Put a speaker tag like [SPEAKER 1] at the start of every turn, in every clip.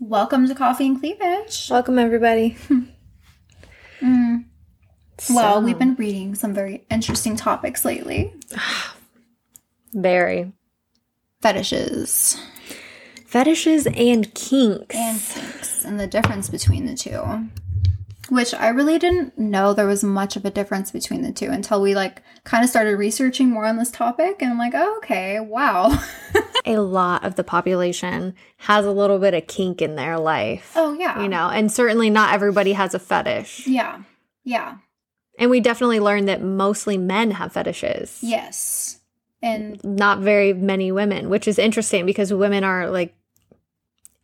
[SPEAKER 1] Welcome to Coffee and Cleavage.
[SPEAKER 2] Welcome, everybody.
[SPEAKER 1] Mm.
[SPEAKER 2] So,
[SPEAKER 1] Well, we've been reading some very interesting topics lately
[SPEAKER 2] very
[SPEAKER 1] fetishes
[SPEAKER 2] fetishes and kinks.
[SPEAKER 1] and kinks and the difference between the two. Which I really didn't know there was much of a difference between the two until we like kind of started researching more on this topic. And I'm like, oh, okay, wow.
[SPEAKER 2] a lot of the population has a little bit of kink in their life.
[SPEAKER 1] Oh, yeah.
[SPEAKER 2] You know, and certainly not everybody has a fetish.
[SPEAKER 1] Yeah. Yeah.
[SPEAKER 2] And we definitely learned that mostly men have fetishes.
[SPEAKER 1] Yes. And
[SPEAKER 2] Not very many women, which is interesting because women are like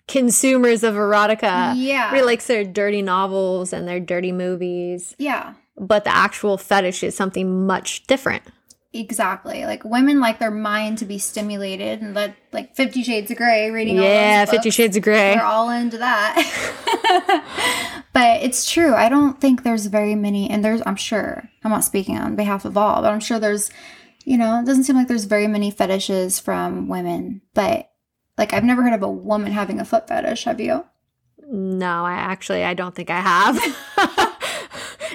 [SPEAKER 2] consumers of erotica.
[SPEAKER 1] yeah.
[SPEAKER 2] We like their dirty novels and their dirty movies,
[SPEAKER 1] yeah.
[SPEAKER 2] but the actual fetish is something much different.
[SPEAKER 1] Exactly. Like women like their mind to be stimulated and let like Fifty Shades of Grey reading all
[SPEAKER 2] yeah,
[SPEAKER 1] those
[SPEAKER 2] Fifty
[SPEAKER 1] books.
[SPEAKER 2] Shades of Grey.
[SPEAKER 1] They're all into that. but it's true. I don't think there's very many and there's I'm sure I'm not speaking on behalf of all, but I'm sure there's you know, it doesn't seem like there's very many fetishes from women, but like I've never heard of a woman having a foot fetish, have you?
[SPEAKER 2] No, I actually I don't think I have.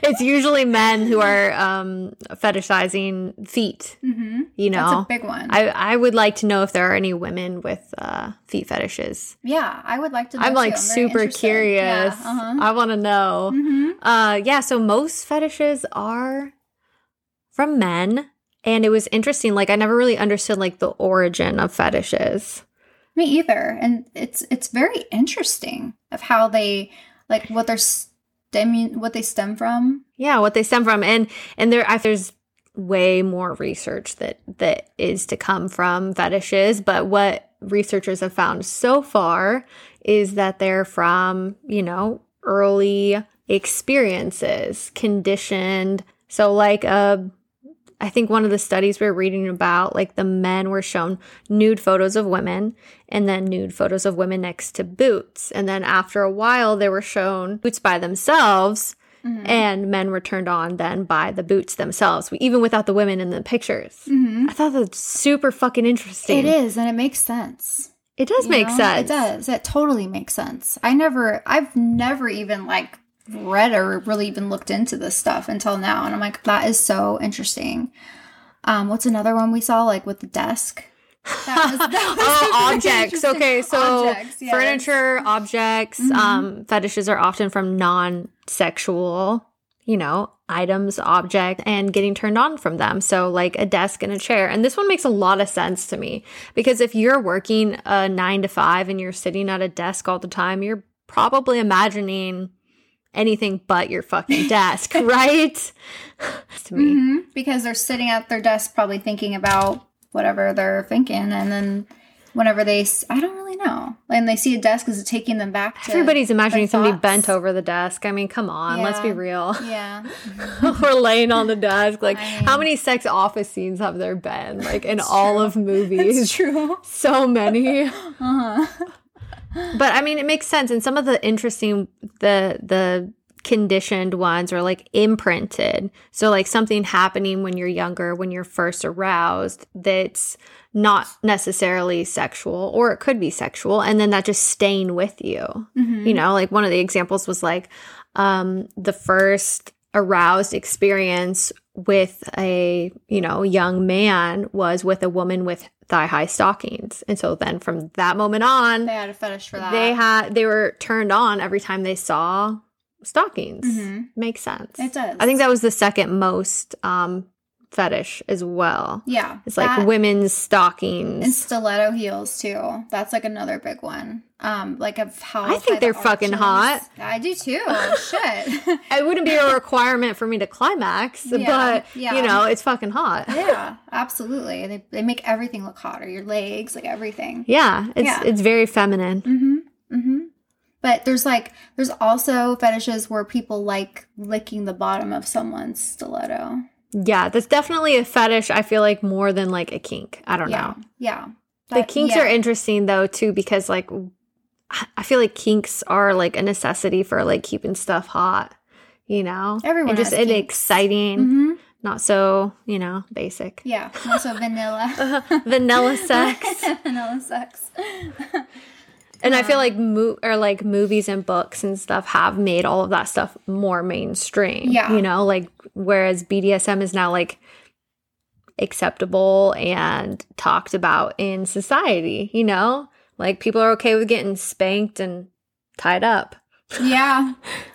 [SPEAKER 2] it's usually men who are um, fetishizing feet.
[SPEAKER 1] Mm-hmm.
[SPEAKER 2] You
[SPEAKER 1] That's a
[SPEAKER 2] know,
[SPEAKER 1] big one.
[SPEAKER 2] I I would like to know if there are any women with uh, feet fetishes.
[SPEAKER 1] yeah, I would like to know.
[SPEAKER 2] I'm like
[SPEAKER 1] too. very
[SPEAKER 2] super
[SPEAKER 1] interested.
[SPEAKER 2] curious.
[SPEAKER 1] Yeah, uh-huh.
[SPEAKER 2] I want to know.
[SPEAKER 1] hmm
[SPEAKER 2] Uh, yeah, so most fetishes are from men, and it was interesting. Like I never really understood like the origin of fetishes.
[SPEAKER 1] Me either. And it's it's very interesting of how they like what they're stem what they stem from.
[SPEAKER 2] yeah what they stem from and and there I, there's way more research that that is to come from fetishes but what researchers have found so far is that they're from you know early experiences conditioned so like a I think one of the studies we were reading about, like the men were shown nude photos of women and then nude photos of women next to boots. And then after a while, they were shown boots by themselves
[SPEAKER 1] Mhm.
[SPEAKER 2] and men were turned on then by the boots themselves, even without the women in the pictures.
[SPEAKER 1] Mhm.
[SPEAKER 2] I thought that's super fucking interesting.
[SPEAKER 1] It is, and it makes sense.
[SPEAKER 2] It does
[SPEAKER 1] you
[SPEAKER 2] make
[SPEAKER 1] know?
[SPEAKER 2] sense.
[SPEAKER 1] It does. It totally makes sense. I never I've never even like read or really even looked into this stuff until now. And I'm like, that is so interesting. Um, what's another one we saw, like with the desk? That was- that was
[SPEAKER 2] oh,
[SPEAKER 1] really
[SPEAKER 2] objects.
[SPEAKER 1] interesting.
[SPEAKER 2] Okay, so
[SPEAKER 1] Objects, yes.
[SPEAKER 2] furniture, objects,
[SPEAKER 1] Mhm.
[SPEAKER 2] um, fetishes are often from non-sexual, you know, items, object, and getting turned on from them. So like a desk and a chair. And this one makes a lot of sense to me because if you're working a nine to five and you're sitting at a desk all the time, you're probably imagining anything but your fucking desk, right? to me.
[SPEAKER 1] hmm Because they're sitting at their desk, probably thinking about whatever they're thinking, and then whenever they, s- I don't really know, and they see a desk, is it taking them back? To,
[SPEAKER 2] Everybody's imagining
[SPEAKER 1] their
[SPEAKER 2] somebody
[SPEAKER 1] thoughts.
[SPEAKER 2] bent over the desk. I mean, come on, let's be
[SPEAKER 1] Yeah.
[SPEAKER 2] real.
[SPEAKER 1] Yeah,
[SPEAKER 2] We're laying on the desk. Like,
[SPEAKER 1] I
[SPEAKER 2] how many sex office scenes have there been? Like, in all of movies?
[SPEAKER 1] true.
[SPEAKER 2] So many.
[SPEAKER 1] Uh-huh.
[SPEAKER 2] But I mean, it makes sense. And some of the interesting, the, the, conditioned ones are like imprinted so like something happening when you're younger when you're first aroused that's not necessarily sexual or it could be sexual and then that just staying with you
[SPEAKER 1] Mhm.
[SPEAKER 2] you know like one of the examples was like um the first aroused experience with a you know young man was with a woman with thigh high stockings and so then from that moment on
[SPEAKER 1] They had a fetish for that.
[SPEAKER 2] they had they were turned on every time they saw stockings
[SPEAKER 1] Mhm.
[SPEAKER 2] makes sense
[SPEAKER 1] It does.
[SPEAKER 2] i think that was the second most um fetish as well
[SPEAKER 1] Yeah,
[SPEAKER 2] it's like
[SPEAKER 1] that
[SPEAKER 2] women's stockings
[SPEAKER 1] and stiletto heels too. That's like another big one. Um, like of how
[SPEAKER 2] I think
[SPEAKER 1] high the
[SPEAKER 2] they're fucking
[SPEAKER 1] arch
[SPEAKER 2] hot.
[SPEAKER 1] is. I do too. Shit.
[SPEAKER 2] it wouldn't be a requirement for me to climax,
[SPEAKER 1] Yeah,
[SPEAKER 2] but
[SPEAKER 1] yeah.
[SPEAKER 2] you know, it's fucking hot.
[SPEAKER 1] Yeah, absolutely. They, they make everything look hotter. Your legs, like everything.
[SPEAKER 2] Yeah, it's
[SPEAKER 1] Yeah.
[SPEAKER 2] it's very feminine.
[SPEAKER 1] Mm-hmm. Mm-hmm. But there's like there's also fetishes where people like licking the bottom of someone's stiletto.
[SPEAKER 2] Yeah, that's definitely a fetish. I feel like more than like a kink. I don't
[SPEAKER 1] yeah.
[SPEAKER 2] know.
[SPEAKER 1] Yeah.
[SPEAKER 2] the kinks are interesting though too because like I I feel like kinks are like a necessity for like keeping stuff hot. You know,
[SPEAKER 1] Everyone
[SPEAKER 2] and just
[SPEAKER 1] has
[SPEAKER 2] an
[SPEAKER 1] kinks.
[SPEAKER 2] exciting,
[SPEAKER 1] hmm
[SPEAKER 2] not so you know basic
[SPEAKER 1] Yeah. Also vanilla.
[SPEAKER 2] vanilla sex.
[SPEAKER 1] vanilla sex.
[SPEAKER 2] And I feel like mo- or like movies and books and stuff have made all of that stuff more mainstream.
[SPEAKER 1] Yeah.
[SPEAKER 2] You know, like whereas BDSM is now like acceptable and talked about in society, you know? Like people are okay with getting spanked and tied up.
[SPEAKER 1] Yeah.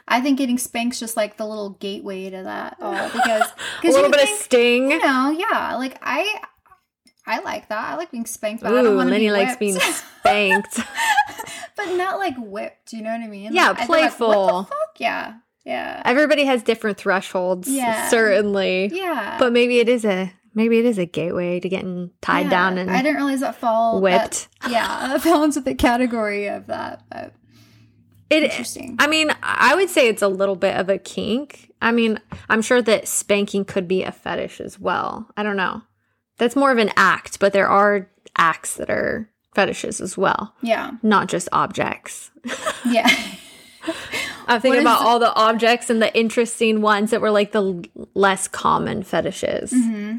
[SPEAKER 1] I think getting spanked just like the little gateway to that all because
[SPEAKER 2] A
[SPEAKER 1] because you
[SPEAKER 2] little bit
[SPEAKER 1] think,
[SPEAKER 2] of sting.
[SPEAKER 1] you know, yeah, like I I like that. I like being spanked, but I don't
[SPEAKER 2] Ooh,
[SPEAKER 1] want to
[SPEAKER 2] Lenny
[SPEAKER 1] be
[SPEAKER 2] likes
[SPEAKER 1] whipped.
[SPEAKER 2] being spanked.
[SPEAKER 1] but not like whipped, you know what I mean?
[SPEAKER 2] Yeah,
[SPEAKER 1] Like, I feel like, what the
[SPEAKER 2] playful.
[SPEAKER 1] fuck? Yeah. Yeah.
[SPEAKER 2] Everybody has different thresholds,
[SPEAKER 1] Yeah.
[SPEAKER 2] certainly.
[SPEAKER 1] Yeah.
[SPEAKER 2] But maybe it is a maybe it is a gateway to getting tied
[SPEAKER 1] Yeah.
[SPEAKER 2] down and
[SPEAKER 1] I didn't realize that fall
[SPEAKER 2] whipped.
[SPEAKER 1] That, yeah, that fell into the category of that. But
[SPEAKER 2] It,
[SPEAKER 1] interesting.
[SPEAKER 2] I mean, I would say it's a little bit of a kink. I mean, I'm sure that spanking could be a fetish as well. I don't know. That's more of an act, but there are acts that are fetishes as well,
[SPEAKER 1] yeah.
[SPEAKER 2] not just objects.
[SPEAKER 1] Yeah.
[SPEAKER 2] I'm
[SPEAKER 1] is
[SPEAKER 2] thinking about
[SPEAKER 1] the-
[SPEAKER 2] all the objects and the interesting ones that were like the l- less common fetishes.
[SPEAKER 1] hmm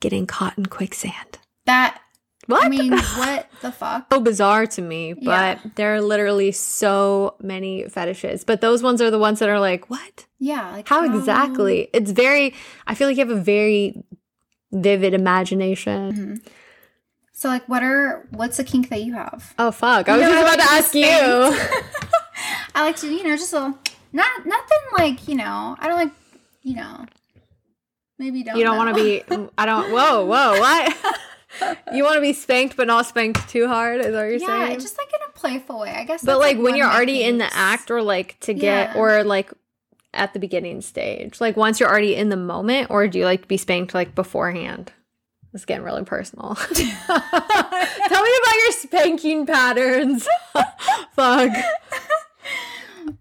[SPEAKER 2] Getting caught in quicksand.
[SPEAKER 1] That
[SPEAKER 2] What?
[SPEAKER 1] I mean, what the fuck?
[SPEAKER 2] so bizarre to me,
[SPEAKER 1] Yeah.
[SPEAKER 2] but there are literally so many fetishes. But those ones are the ones that are like, what?
[SPEAKER 1] Yeah. Like
[SPEAKER 2] How exactly?
[SPEAKER 1] Um,
[SPEAKER 2] It's very, I feel like you have a very vivid imagination.
[SPEAKER 1] Mhm. So like, what are what's the kink that you have?
[SPEAKER 2] Oh, fuck. I was
[SPEAKER 1] No,
[SPEAKER 2] just about to
[SPEAKER 1] I
[SPEAKER 2] ask you.
[SPEAKER 1] I like to, you know, just a not nothing like you know. I don't like, you know. Maybe you don't.
[SPEAKER 2] You don't
[SPEAKER 1] know.
[SPEAKER 2] want to be, I don't, whoa, whoa, what? you want to be spanked, but not spanked too hard, is what you're
[SPEAKER 1] yeah,
[SPEAKER 2] saying?
[SPEAKER 1] just like in a playful way, I guess.
[SPEAKER 2] but
[SPEAKER 1] that's,
[SPEAKER 2] like when
[SPEAKER 1] one
[SPEAKER 2] you're
[SPEAKER 1] of my
[SPEAKER 2] already in the
[SPEAKER 1] kinks.
[SPEAKER 2] act or like to get,
[SPEAKER 1] Yeah.
[SPEAKER 2] or like, at the beginning stage, like once you're already in the moment, or do you like to be spanked like beforehand? It's getting really personal. Tell me about your spanking patterns. Fuck.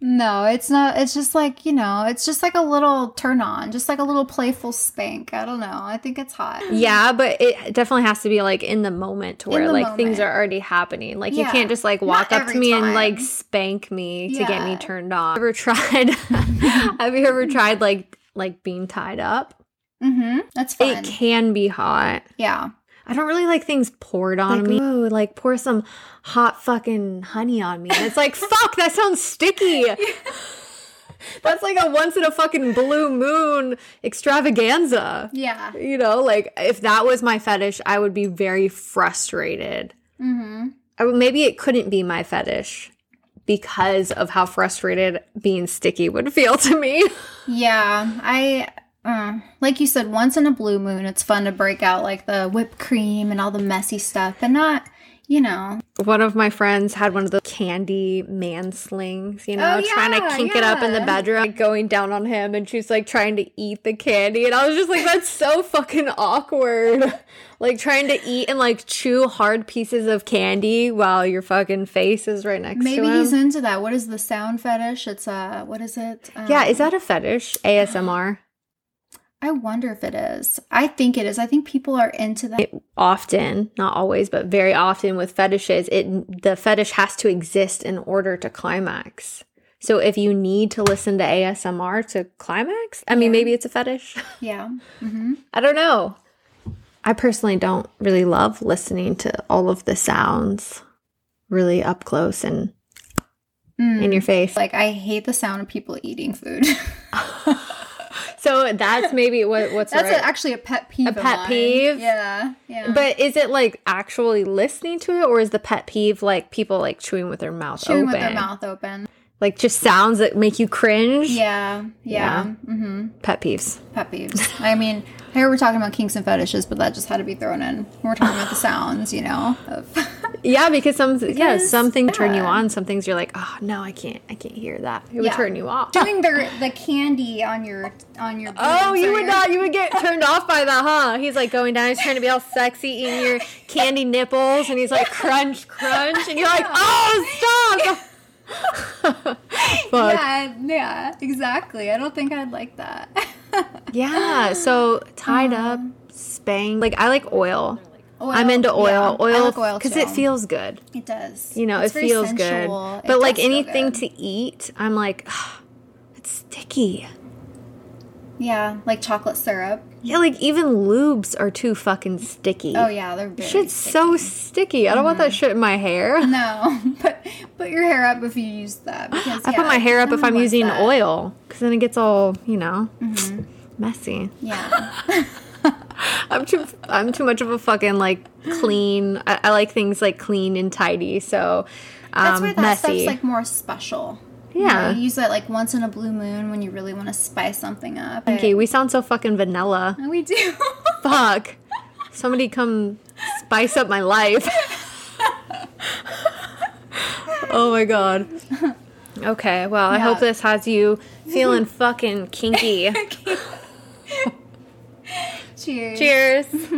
[SPEAKER 1] No, it's not. It's just like you know. It's just like a little turn on, just like a little playful spank. I don't know. I think it's hot.
[SPEAKER 2] Yeah, but it definitely has to be like in the moment to
[SPEAKER 1] In
[SPEAKER 2] where
[SPEAKER 1] the
[SPEAKER 2] like things
[SPEAKER 1] moment.
[SPEAKER 2] are already happening. Like you
[SPEAKER 1] Yeah.
[SPEAKER 2] can't just like
[SPEAKER 1] Not
[SPEAKER 2] walk up to
[SPEAKER 1] every
[SPEAKER 2] me and
[SPEAKER 1] time.
[SPEAKER 2] like spank me to get me
[SPEAKER 1] Yeah.
[SPEAKER 2] turned on. Ever tried? Have you ever tried like like being tied up?
[SPEAKER 1] Mm-hmm. That's fun.
[SPEAKER 2] It can be hot.
[SPEAKER 1] yeah.
[SPEAKER 2] I don't really like things poured on me. Ooh, like pour some hot fucking honey on me. And it's like, fuck, that sounds sticky. That's like a once in a fucking blue moon extravaganza.
[SPEAKER 1] Yeah.
[SPEAKER 2] You know, like if that was my fetish, I would be very frustrated.
[SPEAKER 1] Mm-hmm.
[SPEAKER 2] I would- maybe it couldn't be my fetish because of how frustrated being sticky would feel to me.
[SPEAKER 1] Yeah. I. Uh, like you said, once in a blue moon, it's fun to break out like the whipped cream and all the messy stuff, but not, you know.
[SPEAKER 2] one of my friends had one of those candy man slings, you know,
[SPEAKER 1] Oh,
[SPEAKER 2] trying to
[SPEAKER 1] yeah,
[SPEAKER 2] kink it up in the
[SPEAKER 1] yeah.
[SPEAKER 2] bedroom, like, going down on him, and she was like trying to eat the candy. And I was just like, that's so fucking awkward. Like trying to eat and like chew hard pieces of candy while your fucking face is right next
[SPEAKER 1] Maybe
[SPEAKER 2] to him.
[SPEAKER 1] he's into that. What is the sound fetish? It's uh, what is it? Um,
[SPEAKER 2] yeah, is that a fetish? ASMR.
[SPEAKER 1] I wonder if it is. I think it is. I think people are into that.
[SPEAKER 2] often not always but very often with fetishes it the fetish has to exist in order to climax so if you need to listen to asmr to climax i mean maybe it's a fetish
[SPEAKER 1] yeah. Mm-hmm.
[SPEAKER 2] i don't know i personally don't really love listening to all of the sounds really up close and
[SPEAKER 1] Hmm.
[SPEAKER 2] in your face
[SPEAKER 1] Like I hate the sound of people eating food.
[SPEAKER 2] so that's maybe what what's
[SPEAKER 1] That's
[SPEAKER 2] right.
[SPEAKER 1] a, actually a pet peeve. A
[SPEAKER 2] pet peeve?
[SPEAKER 1] Yeah, yeah.
[SPEAKER 2] but is it like actually listening to it or is the pet peeve like people like chewing with their mouth
[SPEAKER 1] chewing
[SPEAKER 2] open
[SPEAKER 1] with their mouth open.
[SPEAKER 2] like just sounds that make you cringe.
[SPEAKER 1] Yeah, yeah. Mm-hmm.
[SPEAKER 2] Pet peeves.
[SPEAKER 1] Pet peeves. I mean, here we're talking about kinks and fetishes, but that just had to be thrown in. We're talking about the sounds, you know. Of
[SPEAKER 2] Yeah, because some yeah, some things turn you
[SPEAKER 1] yeah.
[SPEAKER 2] on, some things you're like, oh no, I can't, I can't hear that. It would
[SPEAKER 1] Yeah.
[SPEAKER 2] turn you off.
[SPEAKER 1] doing their the candy on your on your.
[SPEAKER 2] Oh,
[SPEAKER 1] boobs
[SPEAKER 2] you
[SPEAKER 1] or
[SPEAKER 2] would
[SPEAKER 1] your-
[SPEAKER 2] not. You would get turned off by that, huh? He's like going down. He's trying to be all sexy, eating your candy nipples, and he's like crunch, crunch, and you're like, oh, stop. Fuck.
[SPEAKER 1] Yeah, yeah, exactly. I don't think I'd like that.
[SPEAKER 2] Yeah. So tied up, spanked. Like I like oil.
[SPEAKER 1] Um, Oil,
[SPEAKER 2] I'm into
[SPEAKER 1] yeah.
[SPEAKER 2] oil.
[SPEAKER 1] I
[SPEAKER 2] Oil
[SPEAKER 1] like oil
[SPEAKER 2] because it
[SPEAKER 1] too.
[SPEAKER 2] feels good.
[SPEAKER 1] It does.
[SPEAKER 2] you know
[SPEAKER 1] It's
[SPEAKER 2] it
[SPEAKER 1] very
[SPEAKER 2] feels
[SPEAKER 1] sensual.
[SPEAKER 2] good
[SPEAKER 1] It
[SPEAKER 2] but like
[SPEAKER 1] does feel
[SPEAKER 2] anything
[SPEAKER 1] good.
[SPEAKER 2] to eat i'm like "Ugh, it's sticky
[SPEAKER 1] yeah, like chocolate syrup.
[SPEAKER 2] Yeah, like even lubes are too fucking sticky.
[SPEAKER 1] Oh yeah, they're very Mm-hmm.
[SPEAKER 2] Shit's so sticky. I don't want that shit in my hair.
[SPEAKER 1] No, but put your hair up if you use that. Because,
[SPEAKER 2] I
[SPEAKER 1] yeah,
[SPEAKER 2] put my hair up
[SPEAKER 1] no
[SPEAKER 2] if
[SPEAKER 1] one
[SPEAKER 2] I'm
[SPEAKER 1] wants
[SPEAKER 2] using
[SPEAKER 1] that. Mm-hmm.
[SPEAKER 2] oil because then it gets all, you know, messy.
[SPEAKER 1] Yeah,
[SPEAKER 2] I'm too I'm too much of a fucking like clean. I, I like things like clean and tidy. So um,
[SPEAKER 1] that's why that
[SPEAKER 2] messy.
[SPEAKER 1] stuff's like more special.
[SPEAKER 2] Yeah.
[SPEAKER 1] you, know, you use it like once in a blue moon when you really want to spice something up.
[SPEAKER 2] okay, we sound so fucking vanilla.
[SPEAKER 1] But- we do.
[SPEAKER 2] Fuck. Somebody come spice up my life. oh my god. Okay, well, I
[SPEAKER 1] Yeah.
[SPEAKER 2] hope this has you feeling fucking kinky.
[SPEAKER 1] Cheers.
[SPEAKER 2] Cheers.